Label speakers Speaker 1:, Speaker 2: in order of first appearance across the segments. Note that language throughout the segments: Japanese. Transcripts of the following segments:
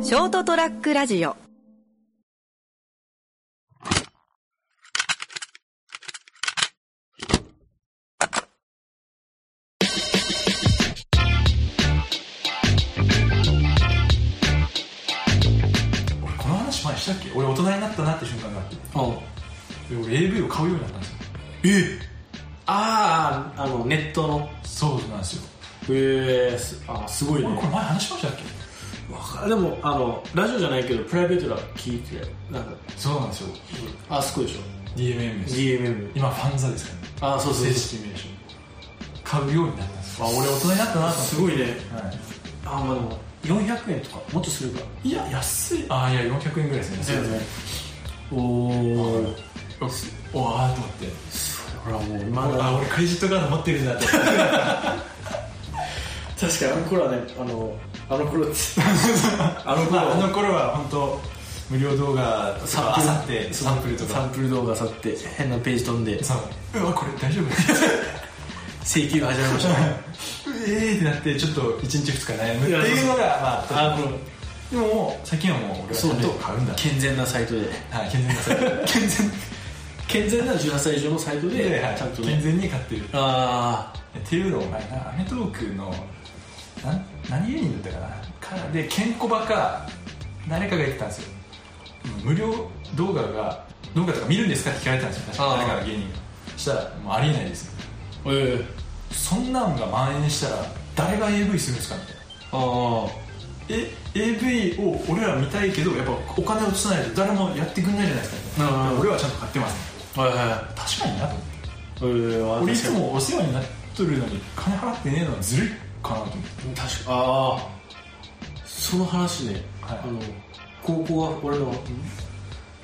Speaker 1: ショートトラックラジオ
Speaker 2: 俺この話前したっけ俺大人になったなって瞬間があってで俺 AV を買うようになったんですよ
Speaker 3: えあああのネットの
Speaker 2: そうなんですよ
Speaker 3: へえすあすごい
Speaker 2: 俺これ
Speaker 3: ね
Speaker 2: 前話しましたっけ
Speaker 3: わかでもあのラジオじゃないけどプライベートでは聞いてなんか
Speaker 2: そうなんですよ
Speaker 3: あそこでしょ
Speaker 2: DMM です
Speaker 3: DMM
Speaker 2: 今ファンザですからね
Speaker 3: あそうそう
Speaker 2: 正
Speaker 3: そ
Speaker 2: 式名称買うようになったんですよあ俺大人になったな
Speaker 3: う
Speaker 2: と
Speaker 3: す
Speaker 2: 思っ
Speaker 3: ごいね
Speaker 2: てはい
Speaker 3: あまあでも400円とかもっとするか
Speaker 2: いや安いあいや400円ぐらいですね
Speaker 3: ねおお
Speaker 2: おすおあーと思って
Speaker 3: ほらもう今
Speaker 2: あ俺クレジットカード持ってるんだって
Speaker 3: 確かにあの頃はねあのあの頃っつ あの
Speaker 2: まああ
Speaker 3: 頃
Speaker 2: の頃は本当無料動画とかあさってサンプルと
Speaker 3: サ
Speaker 2: か
Speaker 3: ンプル動画さって変なページ飛んで
Speaker 2: そううわこれ大丈夫
Speaker 3: 請求が始まりましたね
Speaker 2: ええってなってちょっと1日2日悩むっていうのがま あ
Speaker 3: あの
Speaker 2: でももう最近はもう俺はちゃんと買うんだ
Speaker 3: 健全なサイトで
Speaker 2: はい健全なサイト
Speaker 3: 健全健全な18歳以上のサイト
Speaker 2: で、
Speaker 3: で
Speaker 2: はい
Speaker 3: ちゃんと
Speaker 2: 健
Speaker 3: ね
Speaker 2: 全に買ってる
Speaker 3: あ
Speaker 2: っていうのを前なアメトーークのなん何芸人だったかなからでケンコバか誰かが言ってたんですよ無料動画が動画とか見るんですかって聞かれたんですよ確か
Speaker 3: あー
Speaker 2: 誰かが芸人がそしたらもうありえないですよ
Speaker 3: あええ
Speaker 2: そんなんが蔓延したら誰が AV するんですかみたいな
Speaker 3: あ
Speaker 2: え AV を俺ら見たいけどやっぱお金を落とさないと誰もやってくんないじゃないですか、
Speaker 3: うんうんうん
Speaker 2: 俺はちゃんと買ってます
Speaker 3: あはいは
Speaker 2: 確かになと思って
Speaker 3: いええ
Speaker 2: 俺いつもお世話になっとるのに金払ってねえのはずるいかなと思って
Speaker 3: 確か確かああその話ね、
Speaker 2: はい
Speaker 3: あの高校は俺の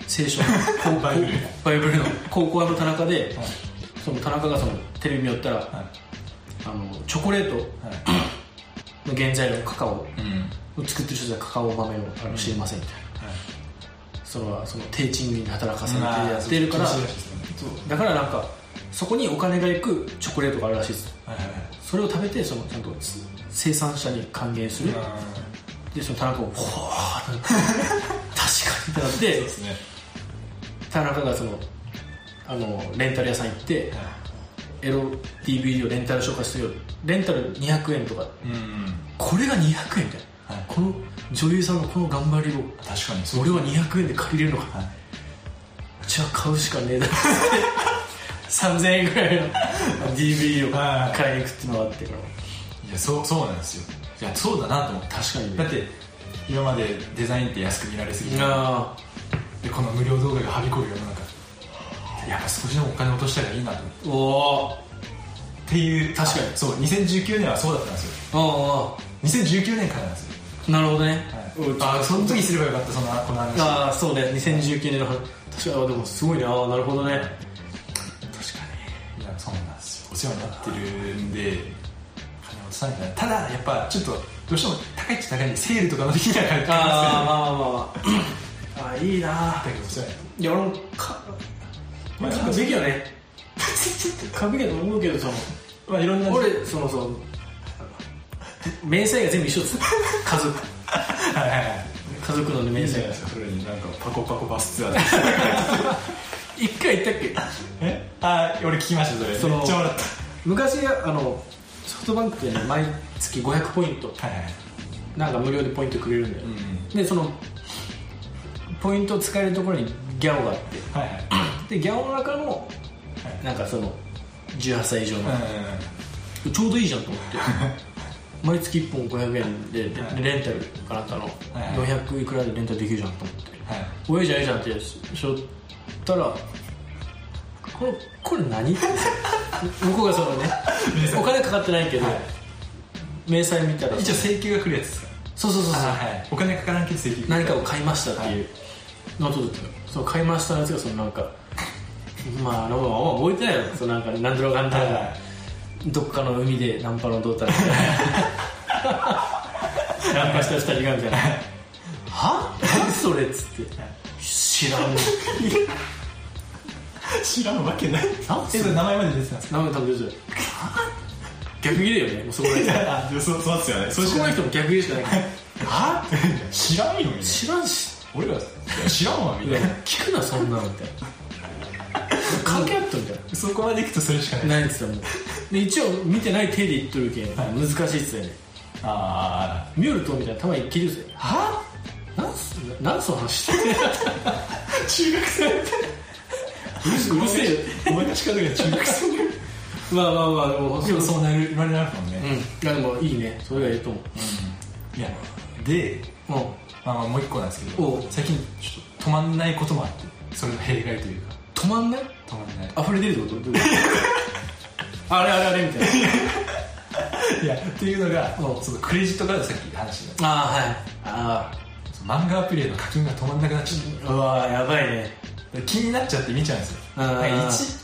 Speaker 3: 聖書高 校
Speaker 2: バイブル
Speaker 3: バイブルの高校の田中で、その田中がそのテレビ見よったら、
Speaker 2: は
Speaker 3: あのチョコレート
Speaker 2: い、はい
Speaker 3: の原材料カカオ
Speaker 2: うん
Speaker 3: を作ってる人たちはカカオ豆をあの知りませんみたいな、それはその低賃金で働かされてやってるから、
Speaker 2: まあそうですね
Speaker 3: そうだからなんかそこにお金が行くチョコレートがあるらしいです
Speaker 2: はいはい
Speaker 3: それを食べてそのちゃんとつ生産者に還元する
Speaker 2: はい
Speaker 3: でその田中を「ほーってなって確かに」って
Speaker 2: そう
Speaker 3: な
Speaker 2: で
Speaker 3: って
Speaker 2: すね
Speaker 3: 田中がそのあのレンタル屋さん行って
Speaker 2: はい
Speaker 3: エロ DVD をレンタル紹介するよレンタル200円とか
Speaker 2: うん
Speaker 3: これが200円みたいな、
Speaker 2: はい
Speaker 3: この女優さんのこの頑張りを
Speaker 2: 確かにそう
Speaker 3: 俺は200円で借りれるのかな、
Speaker 2: はい
Speaker 3: じゃあ買うしかねえ だろ3000円ぐらいの DVD
Speaker 2: はい
Speaker 3: を買いに行くっていうのがあってから
Speaker 2: いやそうそうなんですよいやそうだなと思って
Speaker 3: 確かに
Speaker 2: だっ
Speaker 3: ね
Speaker 2: て今までデザインって安く見られすぎて
Speaker 3: あ
Speaker 2: でこの無料動画がはびこる世の中やっぱ少しでもお金落としたらいいなと思って
Speaker 3: あお
Speaker 2: っていう
Speaker 3: 確かに
Speaker 2: あそう2019年はそうだったんですよ
Speaker 3: おあ
Speaker 2: 2019年からなんですよ、
Speaker 3: あなるほどね、
Speaker 2: はい、ああその時すればよかったそのこの話
Speaker 3: ああそうね2019年の話確かにあでもすごいねああなるほどね
Speaker 2: 確かにいやそうなんですよお世話になってるんで金落とさないからただやっぱちょっとどうしても高いっちゃ高いんでセールとかの時には買って
Speaker 3: ああ
Speaker 2: ま
Speaker 3: まあまあまあああいいな
Speaker 2: すけどだけどお世話になって
Speaker 3: いや俺もか
Speaker 2: まあ
Speaker 3: 買うべきよね買うべきだと思うけどその
Speaker 2: まあいろんな
Speaker 3: 俺そのその明細が全部一緒です家族
Speaker 2: はいはいはい
Speaker 3: 家族のね
Speaker 2: いい
Speaker 3: 明
Speaker 2: じゃない
Speaker 3: 細が
Speaker 2: ですかそれになんかパコパコバスツアーで
Speaker 3: 一回言ったっけ
Speaker 2: え あー俺聞きましたそ
Speaker 3: そ
Speaker 2: れ
Speaker 3: の
Speaker 2: めっちゃ笑っ
Speaker 3: 昔あのソフトバンクってね毎月500ポイント
Speaker 2: たはいはい
Speaker 3: なんか無料でポイントくれるんだよ、
Speaker 2: ん
Speaker 3: でそのポイントを使えるところにギャオがあって
Speaker 2: はいはい
Speaker 3: でギャオの中のなんかその18歳以上の、ちょうどいいじゃんと思って 毎月1本500円でで
Speaker 2: はい
Speaker 3: レンタルかなんかの
Speaker 2: はいはい
Speaker 3: 400いくらでレンタルできるじゃんと思って
Speaker 2: はい
Speaker 3: おえじゃんええじゃんってしょったらこれこれ何 って向こうがそのね
Speaker 2: 明細
Speaker 3: お金かかってないけど、明細見たら
Speaker 2: 一応請求が来るやつですか
Speaker 3: そうそうそうそう、
Speaker 2: はいお金かからんけど請求
Speaker 3: 何かを買いましたっていうのを取ってたのその買いましたのやつがそのなんかまああのあんま覚えてないよそのなんか何だろうかんだら
Speaker 2: は
Speaker 3: どっかの海でナンパのどうたらみたい なナンパした二人がみたいな「は何それ」っつって「知ら んね
Speaker 2: 知らんわけない
Speaker 3: なん
Speaker 2: えそれ名前まで出てたんです
Speaker 3: 名前食べてる逆ギレよねもうそこら辺
Speaker 2: かあそうそうですよねそ
Speaker 3: そこの人も逆ギレしかないから
Speaker 2: はって知らんよみたいな
Speaker 3: 知らんし
Speaker 2: 俺らいや知らんわみたいな
Speaker 3: 聞くなそんなのみたいな関係あったみたい
Speaker 2: そこまでいくとそれしかない
Speaker 3: な何つってたもんで一応見てない手で言っとるけん、
Speaker 2: はい
Speaker 3: 難しいっすよね
Speaker 2: あ
Speaker 3: ミュールとみたいなたまに切るぜ
Speaker 2: は
Speaker 3: なんすなんその話してる
Speaker 2: あ中学生って
Speaker 3: うるせえよ
Speaker 2: お前の近くが中学生
Speaker 3: まあまあまあでも
Speaker 2: でもそうなる言われなくもん
Speaker 3: う
Speaker 2: ね、
Speaker 3: んいやでもいいねそれがいいと思
Speaker 2: いやで、
Speaker 3: ううん
Speaker 2: まあ、まあもう一個なんですけ
Speaker 3: お
Speaker 2: ど
Speaker 3: う
Speaker 2: 最近ちょっと止まんないこともあってそれの弊害というか
Speaker 3: 止まんない
Speaker 2: 止まんない
Speaker 3: 溢れ出るってことどういうこと あれあれあれみたいない
Speaker 2: やっていうのが
Speaker 3: おう
Speaker 2: そのクレジットカードさっき話した
Speaker 3: ああはいあ
Speaker 2: その漫画アプリへの課金が止まんなくなっちゃっ
Speaker 3: あうわやばいね
Speaker 2: た気になっちゃって見ちゃうんですよ
Speaker 3: うん
Speaker 2: なんか一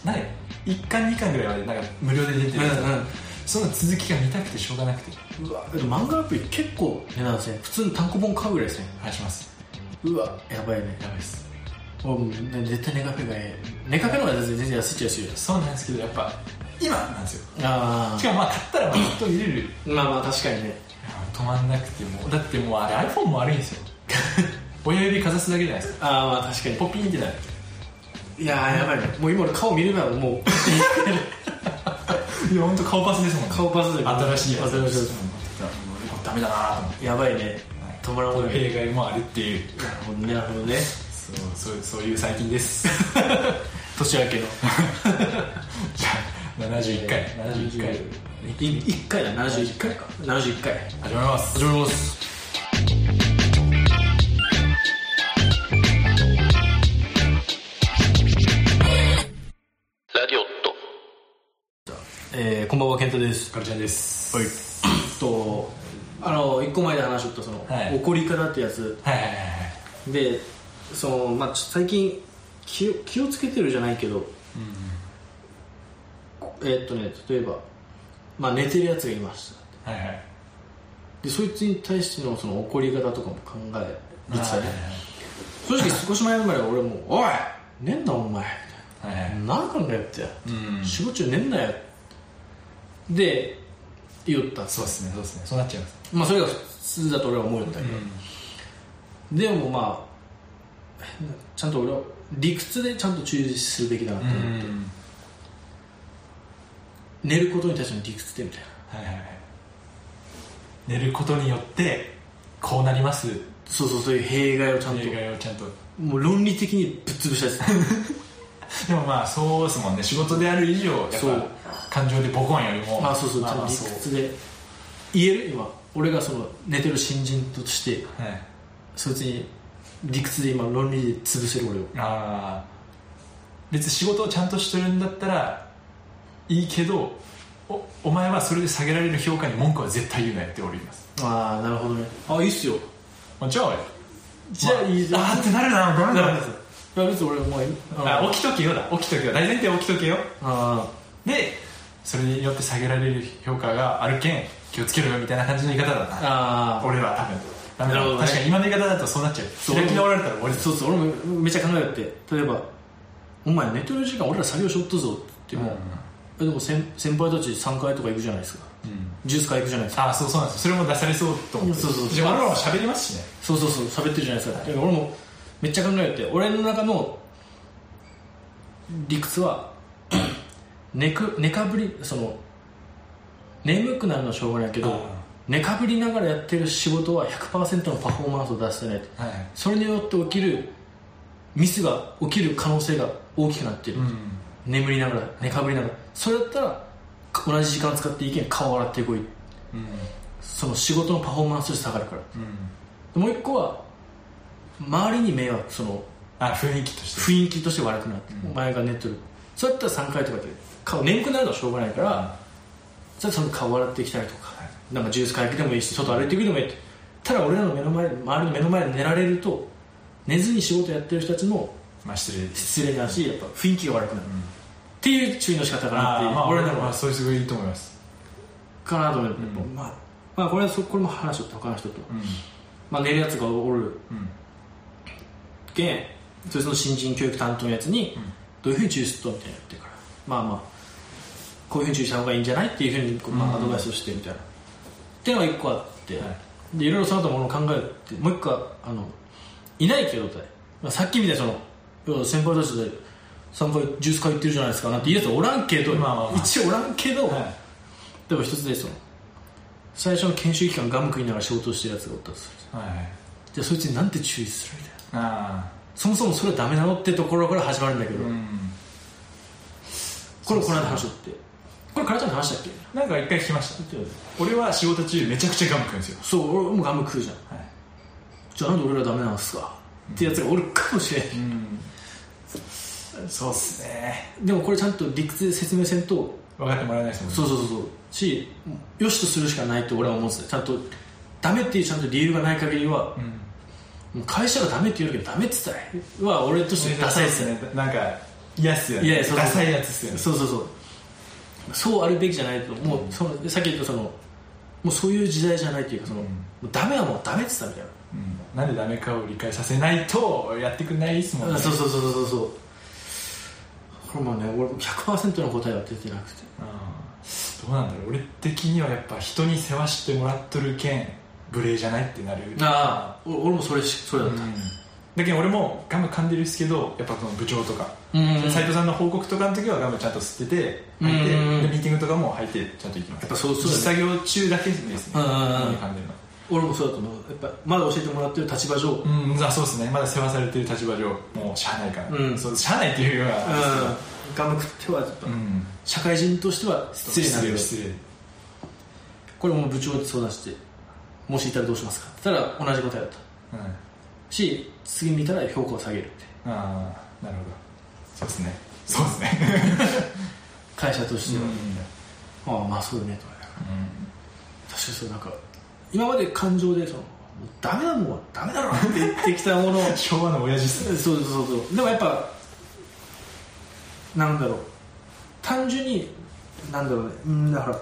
Speaker 2: なんか1巻2巻ぐらいまでなんか無料で出てるやつ、
Speaker 3: うんうん
Speaker 2: その続きが見たくてしょうがなくて
Speaker 3: うわでも漫画アプリ結構値段ですね普通に単行本買うぐらいですね
Speaker 2: 話します
Speaker 3: うわやばいね
Speaker 2: やばいっす
Speaker 3: 俺もうね絶対ネカフェがええネカフェの方が全然安いっちゃ安いじ
Speaker 2: そうなんですけどやっぱ今なんですよ
Speaker 3: ゃんあ
Speaker 2: しかもまあ買ったらまあずっと見れるいや
Speaker 3: あまあまあ確かにね
Speaker 2: 止まんなくてもうだってもうあれ iPhone も悪いん ですよ親指かざすだけじゃないですか
Speaker 3: ああまあ確かに
Speaker 2: ポピンってなる
Speaker 3: いやーやばいねもう今俺顔見ればも う
Speaker 2: いや本当顔パスですもんね
Speaker 3: 顔パスで
Speaker 2: 新しいやつ
Speaker 3: 新しいやつ
Speaker 2: うんダメだなと思って
Speaker 3: やばいね止まらんほうがいい
Speaker 2: 弊害もあるっていう
Speaker 3: なるほどねなるほどね
Speaker 2: そうそうそういう最近です
Speaker 3: 年明けの
Speaker 2: じゃあ71回71回
Speaker 3: 1回だ71回か71回
Speaker 2: 始まります
Speaker 3: 始まります
Speaker 1: ラディオット。
Speaker 3: えー、こんばんは健太です
Speaker 2: カルちゃんです
Speaker 3: はいとあの1個前で話しとったその、
Speaker 2: はい
Speaker 3: 怒り方ってやつ
Speaker 2: はいはいはいは
Speaker 3: でその、まあ、ちょ最近気を気をつけてるじゃないけど、えーっとね例えば、まあ、寝てるやつがいました
Speaker 2: いはいはい
Speaker 3: でそいつに対してのその怒り方とかも考え実際ね
Speaker 2: はい
Speaker 3: 正直少し前までは俺も「おい寝んなお前」
Speaker 2: はいはいはいはい
Speaker 3: 何考えて、
Speaker 2: うん
Speaker 3: 仕事中寝んなよで言った
Speaker 2: そうですねそうですねそうなっちゃいます
Speaker 3: まあそれが普通だと俺は思うんだけど、でもまあちゃんと俺は理屈でちゃんと注意するべきだなと
Speaker 2: う
Speaker 3: 思って、
Speaker 2: ん
Speaker 3: 寝ることに対しての理屈でみたいな
Speaker 2: はいはいはい寝ることによってこうなります
Speaker 3: そうそうそういう弊害をちゃんと
Speaker 2: 映画をちゃんと
Speaker 3: もう論理的にぶっ潰した や
Speaker 2: でもまあそうですもんね仕事である以上やっ
Speaker 3: そう
Speaker 2: ぱ感情でボコンよりも
Speaker 3: つあそうそうち
Speaker 2: ま
Speaker 3: ゃ
Speaker 2: あ
Speaker 3: ん
Speaker 2: ま
Speaker 3: と
Speaker 2: あ
Speaker 3: 理
Speaker 2: そう
Speaker 3: 屈で言える今俺がその寝てる新人として
Speaker 2: はい
Speaker 3: そいつに理屈で今論理で潰せる俺を
Speaker 2: ああ別に仕事をちゃんとしてるんだったらいいけどおお前はそれで下げられる評価に文句は絶対言うなよって俺言います
Speaker 3: ああなるほどねあいいっすよ
Speaker 2: まあじゃあ
Speaker 3: じゃあいいじゃん
Speaker 2: あーってなるなダメ
Speaker 3: な
Speaker 2: だ
Speaker 3: るほどいや別に俺もう
Speaker 2: あ起きとけよだ起きとけよ大前提起きとけよ
Speaker 3: あ
Speaker 2: でそれによって下げられる評価があるけん気をつけろよみたいな感じの言い方だ
Speaker 3: あ
Speaker 2: な
Speaker 3: ああ
Speaker 2: 俺は多分ダメだ
Speaker 3: なるほどね
Speaker 2: 確かに今の言い方だとそうなっちゃ
Speaker 3: そう
Speaker 2: う開き直られたら終わりです
Speaker 3: そうそう俺もめっちゃ考えて例えば「お前寝てる時間俺ら作業しよっとぞ」って言っても、えでも先先輩たち3階とか行くじゃないですか、ジュース買い行くじゃないですか
Speaker 2: ああそうそうなんですよそれも出されそうと思って
Speaker 3: そうそうそう
Speaker 2: でも俺らも喋りますしね
Speaker 3: そうそうそう喋ってるじゃないですか、で俺もめっちゃ考えて俺の中の理屈は 寝く寝かぶりその眠くなるのはしょうがないけ
Speaker 2: う
Speaker 3: ど
Speaker 2: ん
Speaker 3: 寝かぶりながらやってる仕事は100%のパフォーマンスを出してないと
Speaker 2: はい
Speaker 3: それによって起きるミスが起きる可能性が大きくなってる、
Speaker 2: うん
Speaker 3: 眠りながら寝かぶりながらそれだったらか同じ時間使っていいけん顔洗ってこい
Speaker 2: うん
Speaker 3: その仕事のパフォーマンスとして下がるから
Speaker 2: うん
Speaker 3: でもう一個は周りに迷惑その
Speaker 2: あ雰囲気として
Speaker 3: 雰囲気として悪くなって、お前が寝とるそうやったら3回とかで顔眠くなるのはしょうがないから、そしたらその顔洗ってきたりとか、なんかジュース買いに行くでもいいし外歩いていくでもいいってただ俺らの目の前周りの目の前で寝られると寝ずに仕事やってる人たちの
Speaker 2: まあ失礼です
Speaker 3: 失礼だしやっぱ雰囲気が悪くなる、っていう注意の仕方かなっていう、
Speaker 2: まあ
Speaker 3: 俺
Speaker 2: 俺
Speaker 3: ら
Speaker 2: らもま
Speaker 3: も
Speaker 2: あそういうすごいいいと思います
Speaker 3: かなと思って、まあ、まあこれはそこれも話しとった他の人と、
Speaker 2: うん
Speaker 3: まあ、寝るやつがおる
Speaker 2: うん
Speaker 3: けんそれその新人教育担当のやつにどういうふうに注意するとみたいなの言ってからまあまあこういうふうに注意した方がいいんじゃないっていうふうにこう、まあ、アドバイスをしてみたいな、っていうのが一個あって、
Speaker 2: はい
Speaker 3: でいろいろその後ものを考えてもう一個はあのいないけどって、まあ、さっきみたいにその要は先輩たちで3回ジュース買い行ってるじゃないですかなんて言うやつおらんけど、
Speaker 2: まあまあまあ
Speaker 3: 一応おらんけど、
Speaker 2: は
Speaker 3: でも一つでその最初の研修期間ガム食いながら仕事をしてるやつがおったとする
Speaker 2: いはい
Speaker 3: じゃあそいつになんて注意するみたいな
Speaker 2: あ
Speaker 3: そもそもそれはダメなのってところから始まるんだけど、
Speaker 2: あうん
Speaker 3: これこの間話しとってこれカラちゃんの話だっけ
Speaker 2: なんか一回聞きました俺は仕事中めちゃくちゃガム食うんですよ
Speaker 3: そう俺もガム食うじゃん
Speaker 2: はい
Speaker 3: じゃあなんで俺らダメなんすかってやつがおるかもしれない、
Speaker 2: うんそうっすね
Speaker 3: ん、でもこれちゃんと理屈で説明せんと
Speaker 2: 分かってもらえないですもんね
Speaker 3: そうそうそうそうしよしとするしかないって俺は思うんですねちゃんとダメっていうちゃんと理由がない限りは、
Speaker 2: ん
Speaker 3: もう会社がダメって言うけどダメって言ったらは俺としてダサいっすね
Speaker 2: ねなんか嫌っすよね
Speaker 3: いやいやそうそう
Speaker 2: ダサいやつっすよね
Speaker 3: そうそうそうそうあるべきじゃないともうそのさっき言ったそのもうそういう時代じゃないっていうかその、
Speaker 2: うん
Speaker 3: もうダメはもうダメって言ったみたいな
Speaker 2: うんなんでダメかを理解させないとやってくんないですもん
Speaker 3: あ
Speaker 2: ね
Speaker 3: そうそうそうそうそうこれもね俺100%の答えは出てなくて
Speaker 2: うんどうなんだろう俺的にはやっぱ人に世話してもらっとるけん無礼じゃないってなる
Speaker 3: ああ俺俺もそれしそれだっ
Speaker 2: う
Speaker 3: た、
Speaker 2: んだけど俺もガム噛んでるっすけどやっぱその部長とか
Speaker 3: うんうんうん
Speaker 2: 斉藤さんの報告とかの時はガムちゃんと吸ってて履いて
Speaker 3: うんうんうん
Speaker 2: でミーティングとかも履いてちゃんと行きます
Speaker 3: やっぱそうそうだね
Speaker 2: 実作業中だけですね
Speaker 3: うんうんうん
Speaker 2: ガム噛んでるの
Speaker 3: 俺もそうだと思うやっぱまだ教えてもらってる立場上、
Speaker 2: うん、あそうですねまだ世話されてる立場上もうしゃあないから、
Speaker 3: うん
Speaker 2: そうしゃあないっていうよりは
Speaker 3: うん、ガム食ってはやっぱ、
Speaker 2: うん
Speaker 3: 社会人としては失礼なんだけど
Speaker 2: 失礼
Speaker 3: これも部長に相談して「もしいたらどうしますか?」って言ったら同じ答えだった
Speaker 2: うんあ
Speaker 3: し次見たら評価を下げるって
Speaker 2: あーなるほどそうですねそうですね
Speaker 3: 会社として
Speaker 2: う
Speaker 3: は、
Speaker 2: ん
Speaker 3: ああまあそうだねと思いながら確かにそうなんか今まで感情でその「もうダメなもんはダメだろ」って言ってきたものを
Speaker 2: 昭和の親父っす
Speaker 3: そうそうそうそうでもやっぱなんだろう単純になんだろうねうんだから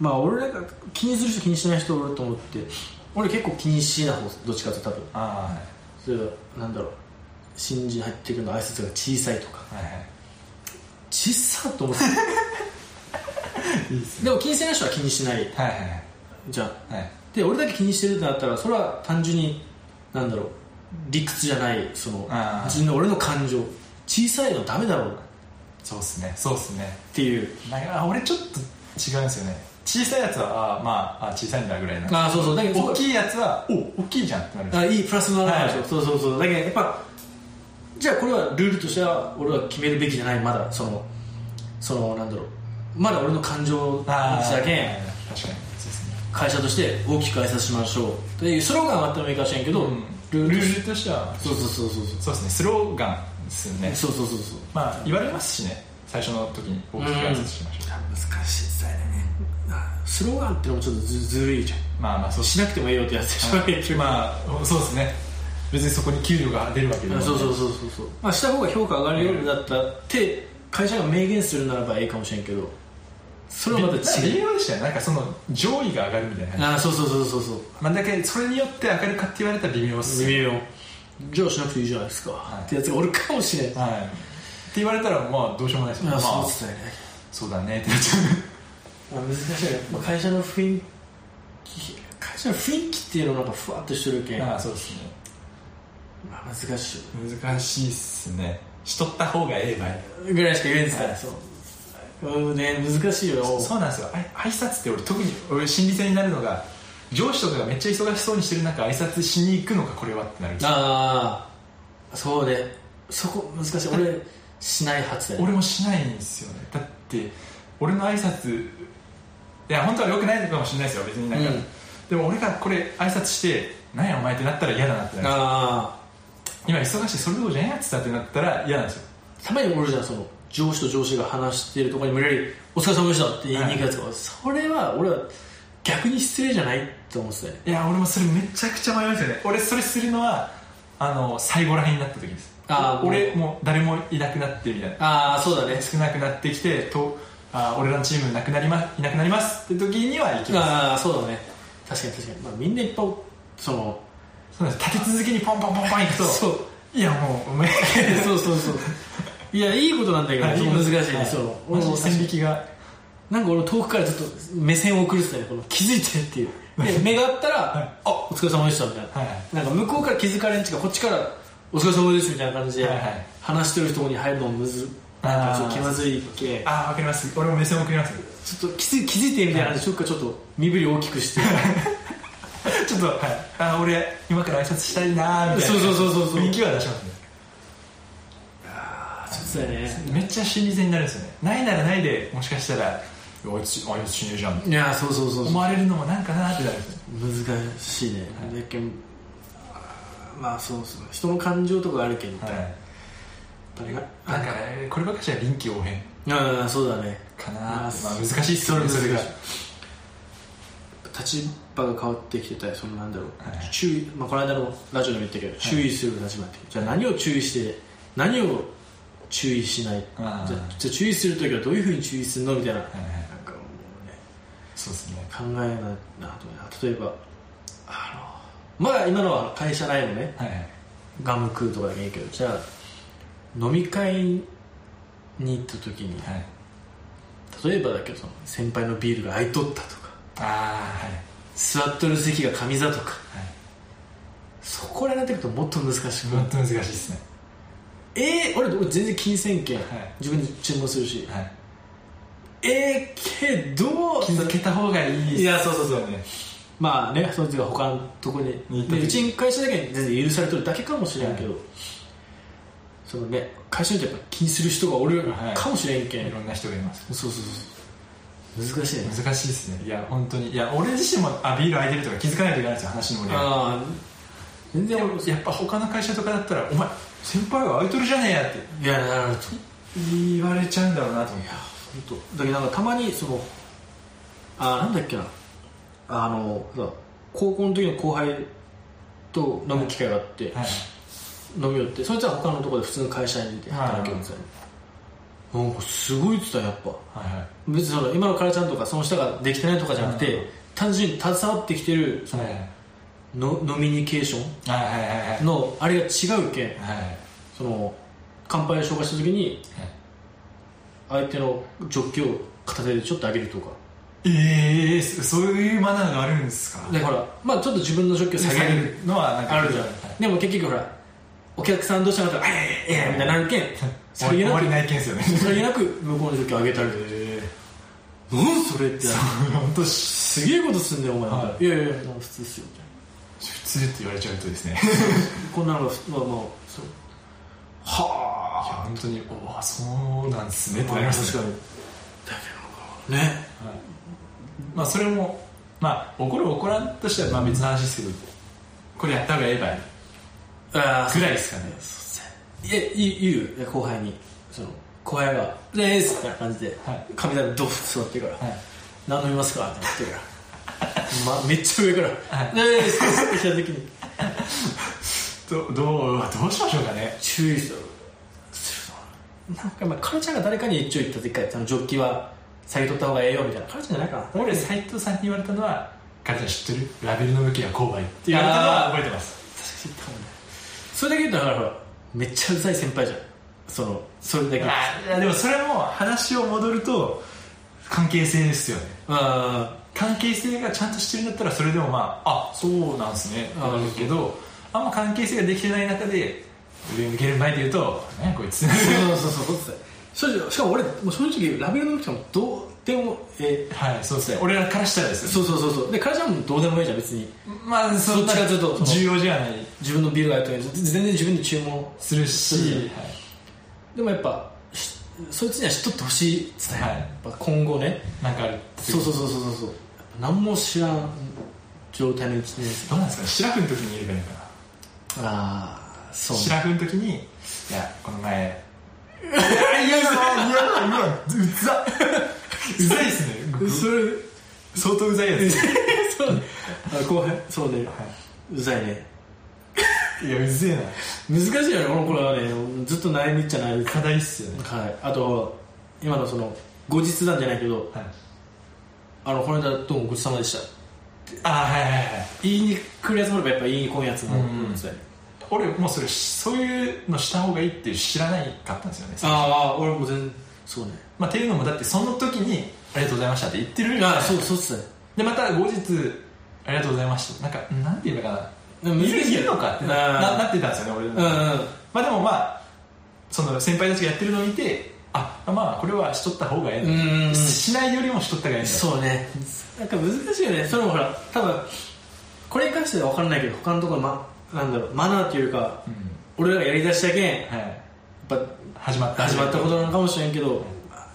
Speaker 3: まあ俺らが気にする人気にしない人おると思って俺結構気にしない方どっちかっていうと多分
Speaker 2: あ
Speaker 3: それはなんだろう新人入ってくるの挨拶が小さいとか
Speaker 2: あはいはい
Speaker 3: 小さと思って
Speaker 2: いいっす
Speaker 3: でも気にしない人は気にしない
Speaker 2: はいはいはい
Speaker 3: じゃん
Speaker 2: はい
Speaker 3: で俺だけ気にしてるってなったらそれは単純になんだろう理屈じゃないその
Speaker 2: あー
Speaker 3: 自分の俺の感情小さいのダメだろうっ
Speaker 2: そうっすねそうっすね
Speaker 3: ていう
Speaker 2: なんかあ俺ちょっと違うんですよね小さいやつはあーまああー小さいんだぐらいな
Speaker 3: ああそうそうだけど
Speaker 2: 大
Speaker 3: い
Speaker 2: きいやつはお大きいじゃんってなる
Speaker 3: あいいプラスの話でしょ、
Speaker 2: はい
Speaker 3: そうそうそうだけどやっぱじゃあこれはルールとしては俺は決めるべきじゃないまだそのそのなんだろうまだ俺の感情
Speaker 2: あ
Speaker 3: だ
Speaker 2: ー確
Speaker 3: け
Speaker 2: かにそうですね
Speaker 3: 会社として大きく挨拶しましょうっていうスローガンはあってもいいかもしれんけど、
Speaker 2: ル
Speaker 3: ルールとし
Speaker 2: ールとしては
Speaker 3: そうそうそうそうそう
Speaker 2: そうですねスローガンですよね
Speaker 3: そうそうそうそう
Speaker 2: まあ言われますしね最初の時に大きく挨拶しましょ
Speaker 3: 難しいですねスローガンってのもちょっとずずるいじゃ
Speaker 2: うまあまあそうん
Speaker 3: しなくてもいいよってやつでしょ、
Speaker 2: はいまあそうですね別にそこに給料が出るわけでもない
Speaker 3: そうそうそうそうそうまあした方が評価上がるようだったって会社が明言するならばいいかもしれんけどそれはまた
Speaker 2: 理
Speaker 3: 違う
Speaker 2: 由でしたよねなんかその上位が上がるみたいな
Speaker 3: ああそうそうそうそうそう
Speaker 2: まあだけどそれによって上がるかって言われたら微妙っす
Speaker 3: 微妙じゃあしなくていいじゃないですか、
Speaker 2: い
Speaker 3: ってやつがおるかもしれない
Speaker 2: はいって言われたらまあどうしようもないですよね
Speaker 3: あ
Speaker 2: ま
Speaker 3: あ
Speaker 2: あ
Speaker 3: そうっすね
Speaker 2: そうだねってなっちゃ
Speaker 3: まあ、難しいね、まあ、会社の雰囲気会社の雰囲気っていうのがなんかふわっとしてるけん、
Speaker 2: うあ
Speaker 3: ま
Speaker 2: あそうですね
Speaker 3: あ、難しい
Speaker 2: 難しいっすねしとった方がええばい
Speaker 3: ぐらいしか言えんすから、
Speaker 2: はい
Speaker 3: そううんね難しいよ
Speaker 2: そうなんですよあい挨拶って俺特に俺心理戦になるのが上司とかがめっちゃ忙しそうにしてる中挨拶しに行くのかこれはってなる
Speaker 3: ああそうねそこ難しい俺しないはずだよ
Speaker 2: 俺もしないんですよねだって俺の挨拶いや本当は良くないのかもしれないですよ別になんか、
Speaker 3: うん
Speaker 2: でも俺がこれ挨拶して「なんやお前」ってなったら嫌だなってなる
Speaker 3: あ
Speaker 2: 今忙しいそれどころじゃんやってたってなったら嫌なんですよ
Speaker 3: あたまに俺じゃんその上司と上司が話してるところに無理やり「お疲れ様でした」って言いに行くやつが、それは俺は逆に失礼じゃないって思ってたよね
Speaker 2: いや俺もそれめちゃくちゃ迷いますよね俺それするのはあの最後らへんになった時です
Speaker 3: あー
Speaker 2: 俺もう誰もいなくなってみたいな
Speaker 3: ああそうだね
Speaker 2: 少なくなってきてとあー俺らのチームなくなり、ま、いなくなりますって時には行きます
Speaker 3: ああそうだね確かに確かに、まあ、みんないっぱいおそ の
Speaker 2: そうなんです立て続けにポンポンポンポン行くと
Speaker 3: そう
Speaker 2: いやもうお前
Speaker 3: そうそうそういやいいことなんだけど、
Speaker 2: はい
Speaker 3: その難しいね、
Speaker 2: はい
Speaker 3: その
Speaker 2: マジで線引きが
Speaker 3: なんか俺遠くからずっと目線を送るってたねこの気づいてっていうで目が合ったら「あお疲れ様でした」みたいな,、
Speaker 2: はいはい
Speaker 3: なんか向こうから気づかれんちかこっちから「お疲れ様です」みたいな感じで
Speaker 2: はいはい
Speaker 3: 話してる人に入るのもむずなんかちょっと気まずいけ
Speaker 2: ああ分かります俺も目線送ります
Speaker 3: ちょっと気づ気づいてみたいな感じでショックはちょっと身振り大きくして
Speaker 2: ちょっと、はい、あー俺今から挨拶したいなーみたいな
Speaker 3: そうそうそうそうそう
Speaker 2: 雰囲気は出しますね
Speaker 3: そうだね
Speaker 2: めっちゃ心理戦になるんですよねないならないでもしかしたら「おいつあいつ死ねじゃん」
Speaker 3: いやそうそうそうそう
Speaker 2: 思われるのもなんかなーってなるんですよ
Speaker 3: 難しいね、だけんまあそうですね人の感情とかあるけん、やっ
Speaker 2: は、
Speaker 3: ぱりない
Speaker 2: なんかねこればっかしは臨機応変
Speaker 3: ああそうだね
Speaker 2: かなーってまあ
Speaker 3: あー
Speaker 2: 難しいっすよね
Speaker 3: そ
Speaker 2: そ
Speaker 3: れ
Speaker 2: れ
Speaker 3: 難
Speaker 2: が
Speaker 3: しい立場が変わってきてたりそのなんだろう、
Speaker 2: はい
Speaker 3: 注意、まあ、この間のラジオでも言ったけど、注意する立場ってじゃあ何を注意して何を注意しないじゃ
Speaker 2: あ
Speaker 3: あ
Speaker 2: ー
Speaker 3: じゃあ注意するときはどういうふうに注意するのみたいな、
Speaker 2: いはい
Speaker 3: なんかもうね
Speaker 2: そうですね
Speaker 3: 考えないなと思うな例えばあのまあ今のは会社内のね、
Speaker 2: はいはい
Speaker 3: ガム食うとかでもいいけどじゃあ飲み会に行った時に
Speaker 2: はい
Speaker 3: 例えばだけどその先輩のビールが空いとったとか
Speaker 2: ああはい
Speaker 3: 座っとる席が上座とか
Speaker 2: はい
Speaker 3: そこら辺になってくるともっと難しくな
Speaker 2: 本
Speaker 3: る
Speaker 2: 当難しいですね
Speaker 3: えー、俺俺全然金銭券、
Speaker 2: はい
Speaker 3: 自分で注文するし、
Speaker 2: はい
Speaker 3: えー、けど
Speaker 2: 気づけた方がいいっす
Speaker 3: いやそうそうそう
Speaker 2: ね
Speaker 3: まあねその時は他のとこに
Speaker 2: 行った
Speaker 3: で
Speaker 2: 時
Speaker 3: うちに会社だけに全然許されてるだけかもしれんけど、そのね会社によってやっぱ気にする人がおる
Speaker 2: はい
Speaker 3: かもしれんけん、
Speaker 2: いろんな人がいます
Speaker 3: そうそうそう難しいね
Speaker 2: 難しいですねいや本当にいや俺自身もあビール空いてるとか気づかないといけないんですよ話の盛り上がり
Speaker 3: ああ全
Speaker 2: で
Speaker 3: 然
Speaker 2: も
Speaker 3: 俺
Speaker 2: やっぱ他の会社とかだったら「お前先輩は空いとるじゃねえや」って
Speaker 3: いやなるほ
Speaker 2: 言われちゃうんだろうなと思って
Speaker 3: どだけどなんかたまにそのあなんだっけなあのさ高校の時の後輩と飲む機会があって、
Speaker 2: はい
Speaker 3: 飲み寄ってそいつは他のところで普通の会社にいて働けるんですよ、なんかすごいっつったやっぱ
Speaker 2: はいはい
Speaker 3: 別にその今のカラちゃんとかその下ができてないとかじゃなくて、
Speaker 2: うん
Speaker 3: 単純に携わってきてるその、のノミニケーショ
Speaker 2: はいはいはいはい
Speaker 3: ンのあれが違うけん、
Speaker 2: はい
Speaker 3: その乾杯を紹介した時に相手のジョッキを片手でちょっと上げるとか
Speaker 2: ええそそういうマナーがあるんですか
Speaker 3: でほらまあちょっと自分のジョッキを下げる
Speaker 2: のはなんか
Speaker 3: あるじゃん、でも結局ほらお客さん同士がまた「ええええ」みたいになるけんそれ
Speaker 2: 終
Speaker 3: 言
Speaker 2: わ
Speaker 3: な
Speaker 2: り
Speaker 3: く
Speaker 2: ないけんですよね
Speaker 3: それ言なく向こうのジョッキを上げたりとか「何それ」ってな
Speaker 2: 本当普
Speaker 3: すげえことすんねお前、、
Speaker 2: はい
Speaker 3: やいやいや普通っすよみたい
Speaker 2: 通って言われちゃうとですね
Speaker 3: なこんなのがふまあまあそう
Speaker 2: はあ本当におおそうなんですねってなりましたね
Speaker 3: 確かにだけどね
Speaker 2: まあそれもまあ怒る怒らんとしてはまあ別の話ですけどこれやった方がええばいい
Speaker 3: ああ
Speaker 2: ぐらいですかね
Speaker 3: いや言うよ後輩にその後輩が「でーす」みたいな感じで、
Speaker 2: はい
Speaker 3: 神棚にドッと座ってるから「
Speaker 2: はい
Speaker 3: 何飲みますか?」って言 ってるから、ま、めっちゃ上から「でーす」って来た時に
Speaker 2: どどうどうしましょうかね
Speaker 3: 注意するするのなんかまあカルちゃんが誰かに一応言った時かそのジョッキは下げとった方がええよみたいなカルちゃんじゃないかな
Speaker 2: 俺斎藤さんに言われたのは「彼ら知ってるラベルの向きは勾配」って言われたのは覚えてます
Speaker 3: 確かに言ったもんねそれだけ言ったらほらめっちゃうざい先輩じゃんそのそれだけ
Speaker 2: あーいやでもそれも話を戻ると関係性ですよね
Speaker 3: あ
Speaker 2: 関係性がちゃんとしてるんだったらそれでもまああそうなんですね
Speaker 3: あー
Speaker 2: なるけどあんま関係性ができてない中で上向ける前で言うと「ねこいつ」
Speaker 3: あそうそうそうそうそう正直しかも俺もう正直ラベルの人もどうでもええ
Speaker 2: はいそうですね俺らからしたらですよね
Speaker 3: そうそうそうそうで彼女もどうでもいいじゃん別に
Speaker 2: まあそ
Speaker 3: どっちかというと
Speaker 2: 重要じゃない
Speaker 3: 自分のビールがあるとか全然自分で注文
Speaker 2: するし
Speaker 3: そうですねでもやっぱしそいつには知っとってほしいっつったよ、
Speaker 2: はい
Speaker 3: やっぱ今後ね
Speaker 2: なんかある
Speaker 3: そうそうそうそうそうそうやっぱ何も知らん状態のうちに
Speaker 2: どうなんですかねシラフの時に言えばいいのかな
Speaker 3: ああそう
Speaker 2: シラフの時に「いやこの前 うわ
Speaker 3: いやいや
Speaker 2: うざうざいっすね
Speaker 3: それ
Speaker 2: 相当うざいやつ
Speaker 3: そうあ後輩そうね、うざいね
Speaker 2: いやうぜえな
Speaker 3: 難しいよねこの頃はねずっと悩みっちゃ悩み
Speaker 2: 課題っすよね
Speaker 3: はい、あと今のその後日談じゃないけど
Speaker 2: はい
Speaker 3: あのこの間どうもごちそうさまでした
Speaker 2: あはいはいはい
Speaker 3: 言いに来るやつもあればやっぱ言いに来んやつも
Speaker 2: うんうん俺もうそれそういうのした方がいいって知らないかったんですよね
Speaker 3: ああ俺も全然そうね
Speaker 2: まあ、っていうのもだってその時にありがとうございましたって言ってる
Speaker 3: あそうそうっすね
Speaker 2: でまた後日ありがとうございましたなんかなんて言えばいいか
Speaker 3: でも
Speaker 2: な
Speaker 3: 難
Speaker 2: い
Speaker 3: し
Speaker 2: るいるのかってな
Speaker 3: うん
Speaker 2: ななってたんですよね俺の
Speaker 3: うんう
Speaker 2: 中で、
Speaker 3: ん
Speaker 2: まあでもまあその先輩たちがやってるのを見てあまあこれはしとった方がええんだ
Speaker 3: うんうん
Speaker 2: しないよりもしとった方がええんだ
Speaker 3: そうねなんか難しいよねそれもほら多分これに関しては分からないけど他のところ、ま、なんだろうマナーというか
Speaker 2: うん
Speaker 3: 俺らがやりだしたけんや
Speaker 2: は
Speaker 3: っ
Speaker 2: い、
Speaker 3: ぱ
Speaker 2: 始まった
Speaker 3: 始まったことなのかもしれんけどまあ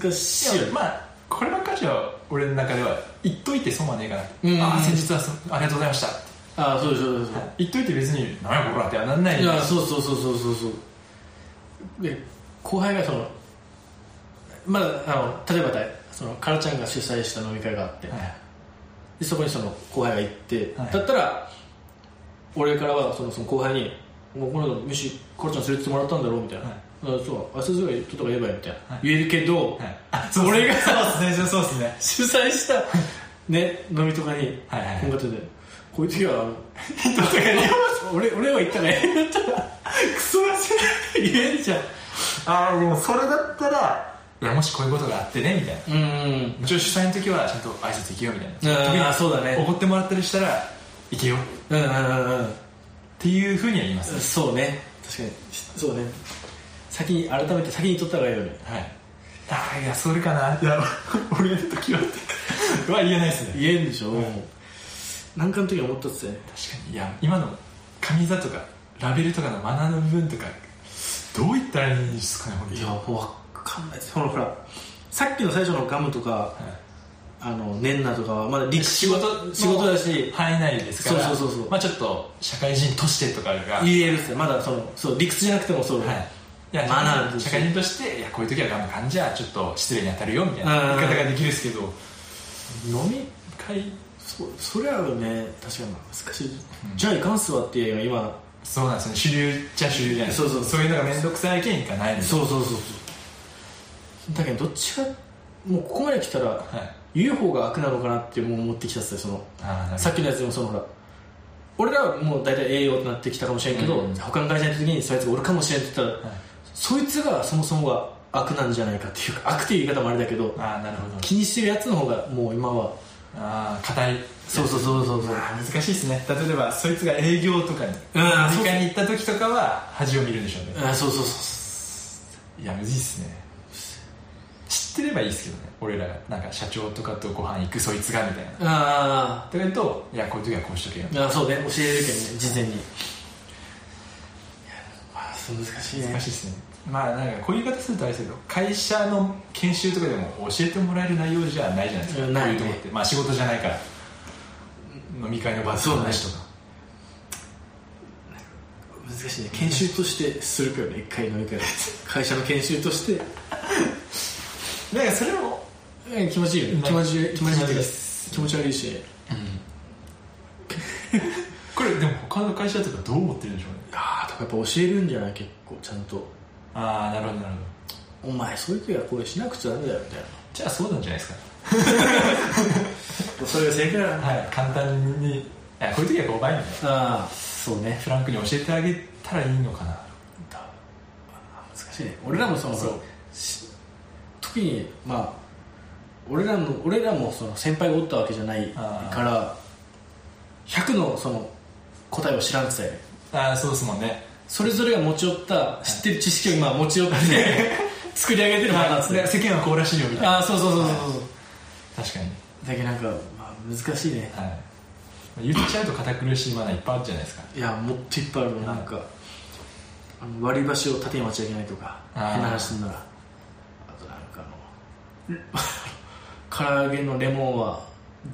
Speaker 3: 難しいよ
Speaker 2: いや
Speaker 3: ね
Speaker 2: まあこればっかりは俺の中では言っといて損はねえから、
Speaker 3: うん
Speaker 2: ああ先日はそありがとうございました、
Speaker 3: ああそうそうそうそう
Speaker 2: 言っといて別に「なんやこら」ってはなんない
Speaker 3: い
Speaker 2: ん
Speaker 3: やそうそうそうそうそうそうで後輩がそのまだあの例えばだそのカラちゃんが主催した飲み会があって、
Speaker 2: はい
Speaker 3: でそこにその後輩が行って、
Speaker 2: はい
Speaker 3: だったら俺からはそのその後輩に「もうこの子飯カラちゃん連れてってもらったんだろう」みたいな
Speaker 2: はい
Speaker 3: 「あそうあそうそういう人とか言えばいい」みたいな、
Speaker 2: はい
Speaker 3: 言えるけど、
Speaker 2: はいあそう
Speaker 3: 俺が
Speaker 2: そうですねそうですね
Speaker 3: 主催した、ね、飲みとかに
Speaker 2: はいはいはい
Speaker 3: 本方で「こういう時はあの俺俺は行ったね」クソがせ言えんじゃん
Speaker 2: ああでもそれだったらいやもしこういうことがあってねみたいな
Speaker 3: うん
Speaker 2: もちろん主催の時はちゃんと挨拶行けよみたいな
Speaker 3: うんあそうだね
Speaker 2: 怒ってもらったりしたら行けよっ
Speaker 3: うんうんうんうん
Speaker 2: ていうふうには言います、
Speaker 3: そうね確かにそうね先に改めて先に取った方がいいよね
Speaker 2: はいああいやそれかないや 俺の時はっては言えないですね
Speaker 3: 言えんでしょ、もうなんかの時は思ったっすね
Speaker 2: 確かにいや今の神座とかラベルとかのマナーの部分とかどういったらいいんですかね俺
Speaker 3: いやもう分かんないですほらほらさっきの最初のガムとかあの年ナとかはまだ力
Speaker 2: 仕事の
Speaker 3: 仕事だし
Speaker 2: 範囲内ですから
Speaker 3: そうそうそうそう
Speaker 2: まあちょっと社会人としてとかが
Speaker 3: 言えるっすねまだそのそう理屈じゃなくてもそう、
Speaker 2: はい、いや
Speaker 3: マナーです
Speaker 2: 社会人としていやこういう時は我慢感じはちょっと失礼に当たるよみたいな
Speaker 3: うん
Speaker 2: 言い方ができるんですけど飲み会
Speaker 3: そそれはね確かに難しい、じゃあいかんすわっていうのが今
Speaker 2: そうなんですね主流じゃ主流じゃないですか
Speaker 3: そうそう
Speaker 2: そういうのが面倒くさい意見がないので
Speaker 3: そうそうそうそうだけどどっちがもうここまで来たら、
Speaker 2: はい
Speaker 3: 言う方が悪なのかなってもう思ってきたっすねその
Speaker 2: ああなるほど
Speaker 3: さっきのやつでもそのほら俺らはもう大体栄養となってきたかもしれんけど、
Speaker 2: うん
Speaker 3: 他の会社の時にそういうやつがおるかもしれんって言ったら、
Speaker 2: はい
Speaker 3: そいつがそもそもが悪なんじゃないかっていうか悪っていう言い方もあれだけど
Speaker 2: ああなるほど
Speaker 3: 気にしてるやつの方がもう今は
Speaker 2: ああ硬い
Speaker 3: そうそうそうそうそう
Speaker 2: ああ難しいですね例えばそいつが営業とかに
Speaker 3: うんあ
Speaker 2: 時間に行った時とかは恥を見るんでしょうね
Speaker 3: あそうそうそうそ
Speaker 2: いやむずいっすね知ってればいいっすけどね俺らがなんか社長とかとご飯行くそいつがみたいな
Speaker 3: うあ
Speaker 2: とか言うといやこういう時はこうしとけよ
Speaker 3: ーあそうね教えるけどね事前にいやまあそう難しいね
Speaker 2: 難しいですねまあなんかこういう言い方するとあれですけど会社の研修とかでも教えてもらえる内容じゃないじゃないですか
Speaker 3: うんないね
Speaker 2: こういうとこってまあ仕事じゃないから飲み会の場の話とか
Speaker 3: 難しいね研修としてするけどね一回飲み会で会社の研修として
Speaker 2: なんかそれも
Speaker 3: え気持ちいいよね
Speaker 2: 気
Speaker 3: 気
Speaker 2: 持
Speaker 3: 持
Speaker 2: ち
Speaker 3: ち
Speaker 2: いい
Speaker 3: いい
Speaker 2: 気持ちいいで
Speaker 3: 気持ち悪いし
Speaker 2: これでも他の会社とかどう思ってるんでしょうね
Speaker 3: ああとかやっぱ教えるんじゃない結構ちゃんと
Speaker 2: ああなるほどなるほど
Speaker 3: お前そういう時はこれしなくちゃダメだよみたい
Speaker 2: じゃあそうなんじゃないですか
Speaker 3: なそれが正解だな
Speaker 2: はい簡単にいやこういう時はこうばいみたいな
Speaker 3: ああそうね
Speaker 2: フランクに教えてあげたらいいのかな
Speaker 3: 難しいね俺らもその
Speaker 2: そう
Speaker 3: し時にまあ俺らも俺らもその先輩がおったわけじゃない
Speaker 2: あー
Speaker 3: から100のその答えを知らんくさい
Speaker 2: ああそうですもんね
Speaker 3: それぞれが持ち寄った知ってる知識を今持ち寄 って作り上げてるパターンですね
Speaker 2: 世間はこうらしいよみたいな
Speaker 3: ああそうそうそうそうそう
Speaker 2: 確かに、
Speaker 3: だけどなんか、まあ、難しいね
Speaker 2: はいまあ、言っちゃうと堅苦しいマナーいっぱいあるじゃないですか
Speaker 3: いやもっといっぱいあるのなんかあの割り箸を縦に待ちゃいけないとか
Speaker 2: あ
Speaker 3: 変
Speaker 2: ー
Speaker 3: な話すんならあとなんかあの 唐揚げのレモンは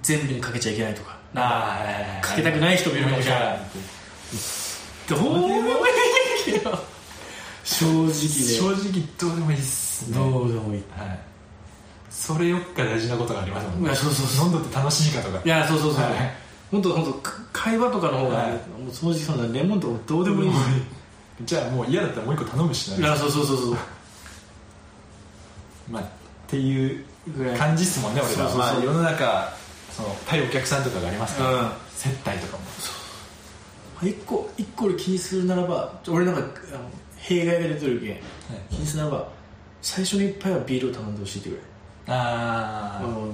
Speaker 3: 全部にかけちゃいけないとか
Speaker 2: ああ
Speaker 3: かけたくない人もいるかもしれないどうでもいいよ正直
Speaker 2: 正直どうでもいいっす
Speaker 3: で
Speaker 2: ね
Speaker 3: どうでもいい
Speaker 2: はいそれよっか大事なことがありますもん
Speaker 3: い
Speaker 2: ね
Speaker 3: やそうそうそう
Speaker 2: 飲んどって楽しいかとか
Speaker 3: いやそうそうそう
Speaker 2: はい
Speaker 3: 本当本当会話とかの方が、
Speaker 2: はい
Speaker 3: もう正直そうなんだレモンとかどうでもいいし
Speaker 2: じゃあもう嫌だったらもう一個頼むし
Speaker 3: い
Speaker 2: な
Speaker 3: やそうそうそうそう
Speaker 2: まあっていう
Speaker 3: ぐらい
Speaker 2: 感じっすもんね俺らは
Speaker 3: そうそうそ
Speaker 2: ま
Speaker 3: う
Speaker 2: あ世の中その対お客さんとかがありますから、
Speaker 3: うん
Speaker 2: 接待とかも
Speaker 3: まあ一個一個で気にするならば俺なんかあの弊害が出てるけん気にするならば最初の一杯はビールを頼んでほしいってぐらい
Speaker 2: あ
Speaker 3: あ
Speaker 2: あ、
Speaker 3: の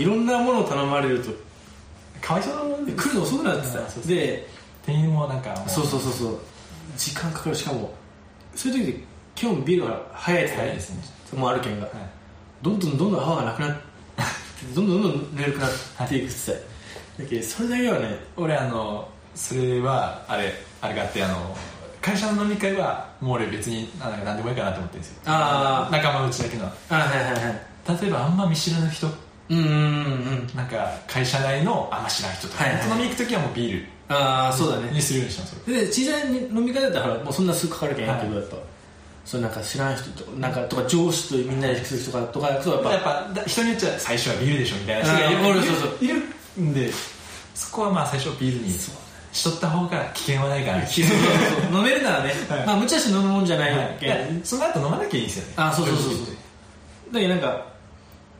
Speaker 3: いろんなものを頼まれると
Speaker 2: かわいそうなもんで
Speaker 3: 来るの遅くなってさ、
Speaker 2: うん
Speaker 3: で
Speaker 2: 店員もなんかも
Speaker 3: そうそうそうそう時間かかるしかもそういう時で基本ビールが早いって
Speaker 2: 早いですね、
Speaker 3: もうあるけんが、
Speaker 2: はい
Speaker 3: どんどんどんどん歯がなくなってどんどんどんどん眠くなっていくってさ、だけどそれだけはね
Speaker 2: 俺あのそれはあれあれがあってあの会社の飲み会はもう俺別になんか何でもいいかなと思ってるんですよ
Speaker 3: あ
Speaker 2: 仲間内だけの
Speaker 3: あはいはいはい
Speaker 2: 例えばあんま見知らぬ人
Speaker 3: うんうんうん
Speaker 2: なんか会社内のあんま知らん人とか、
Speaker 3: はいはい
Speaker 2: 本当飲み行く時はもうビー
Speaker 3: ああそうだ
Speaker 2: ル
Speaker 3: ね
Speaker 2: にするようにしたんですよ
Speaker 3: で小さい飲み会だったからもうそんなすぐかかるけんやけど、やっぱそうなんか知らん人とかなんかとか上司とみんなで行くとかとかやっぱ
Speaker 2: やっぱだ人によっちゃ最初はビールでしょみたいな人がい
Speaker 3: あー俺
Speaker 2: る
Speaker 3: そうそ
Speaker 2: いるいるんでそこはまあ最初ビールに
Speaker 3: そう
Speaker 2: しとった方が危険はないかなって
Speaker 3: そうそうそう飲めるならね、
Speaker 2: はい
Speaker 3: まあ無茶して飲むもんじゃない
Speaker 2: はいい
Speaker 3: けん、
Speaker 2: やその後飲まなきゃいいんですよね
Speaker 3: あそうそうそうそう
Speaker 2: 正直言って
Speaker 3: だけどなんか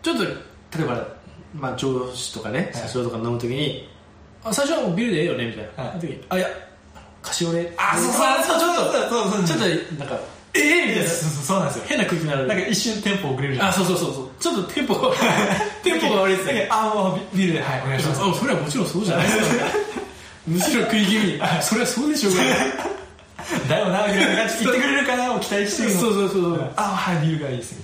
Speaker 3: ちょっと例えば、まあ、上司とかね
Speaker 2: はい
Speaker 3: 社長とか飲むときに、あ最初はもうビールでええよねみたいな、
Speaker 2: はい
Speaker 3: あの時あいやカシオレ
Speaker 2: あそうそうそうそうそうそう
Speaker 3: ち
Speaker 2: そう
Speaker 3: ょっとちょっとなんかええみ
Speaker 2: い
Speaker 3: た
Speaker 2: や
Speaker 3: いな
Speaker 2: そうそうそうなんですよ
Speaker 3: 変な空気になる
Speaker 2: なんか一瞬テンポ遅れるじゃん
Speaker 3: あそうそうそうそうちょっとテンポが テンポが悪いですね
Speaker 2: あもうビールではいお願いします
Speaker 3: あそれはもちろんそうじゃないですかむしろ食い 気味にそれはそうでしょう が
Speaker 2: だよなぐらいの感じ言ってくれるかなを期待してるの
Speaker 3: そうそうそうそう
Speaker 2: あはいビールがいいですみ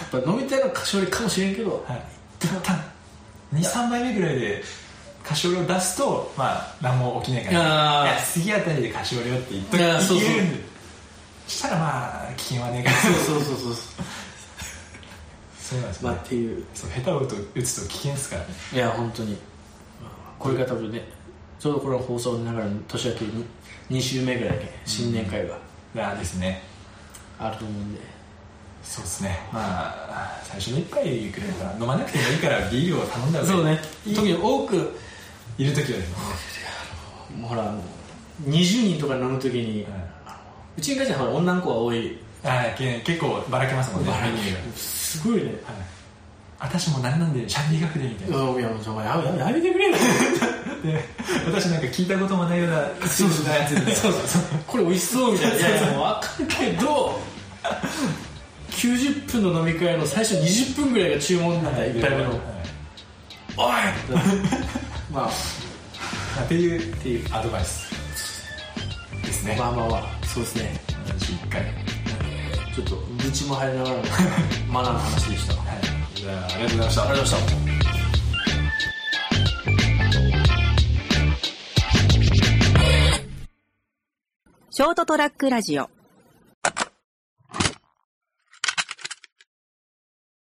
Speaker 3: やっぱ飲みたいのはカシオレかもしれんけど、
Speaker 2: たいなはい一旦23杯目ぐらいでカシオレを出すとまあ何も起きないから
Speaker 3: あー
Speaker 2: いや次あたりでカシオレをって言っと
Speaker 3: いやそうそう
Speaker 2: 言えるんでしたらまあ危険はねえから
Speaker 3: そうそうそうそ
Speaker 2: そうなんです
Speaker 3: うま
Speaker 2: よ
Speaker 3: あ
Speaker 2: ね
Speaker 3: っていう
Speaker 2: そう下手を打つと危険ですからね
Speaker 3: いや本当にこれが多分ねちょうどこの放送の流れの年明けに2週目ぐらいだけ新年会が
Speaker 2: あーですね
Speaker 3: あると思うんで、
Speaker 2: そうですねまあ最初の一杯くらいから飲まなくてもいいからビールを頼んだ方がいい
Speaker 3: 特に多く
Speaker 2: いる時はですね
Speaker 3: もうほらあの20人とか飲む時に、
Speaker 2: はいう
Speaker 3: ちに会社はほら女の子が多い
Speaker 2: あーけ結構ばらけますもんねメニューが
Speaker 3: すごいね
Speaker 2: はい私も何なんでシャンディ学でみたいな
Speaker 3: うんいやもうお前やめやめてくれよ
Speaker 2: で私なんか聞いたこともないようなそうそうやつで
Speaker 3: そうそうそう これ美味しそうみたいないやいやもう分かるけど90分の飲み会の最初20分ぐらいが注文なんだ
Speaker 2: はい
Speaker 3: 1杯目の
Speaker 2: はい
Speaker 3: 「おい!」 まあ
Speaker 2: っていう
Speaker 3: っていう
Speaker 2: アドバイスですね
Speaker 3: まあまあまあそうですね
Speaker 2: 1回はい
Speaker 3: ちょっと愚痴も入りながらのマナーの話でしたあ
Speaker 2: じゃあありがとうございました
Speaker 3: りがとうございました
Speaker 4: ショートトラックラジオ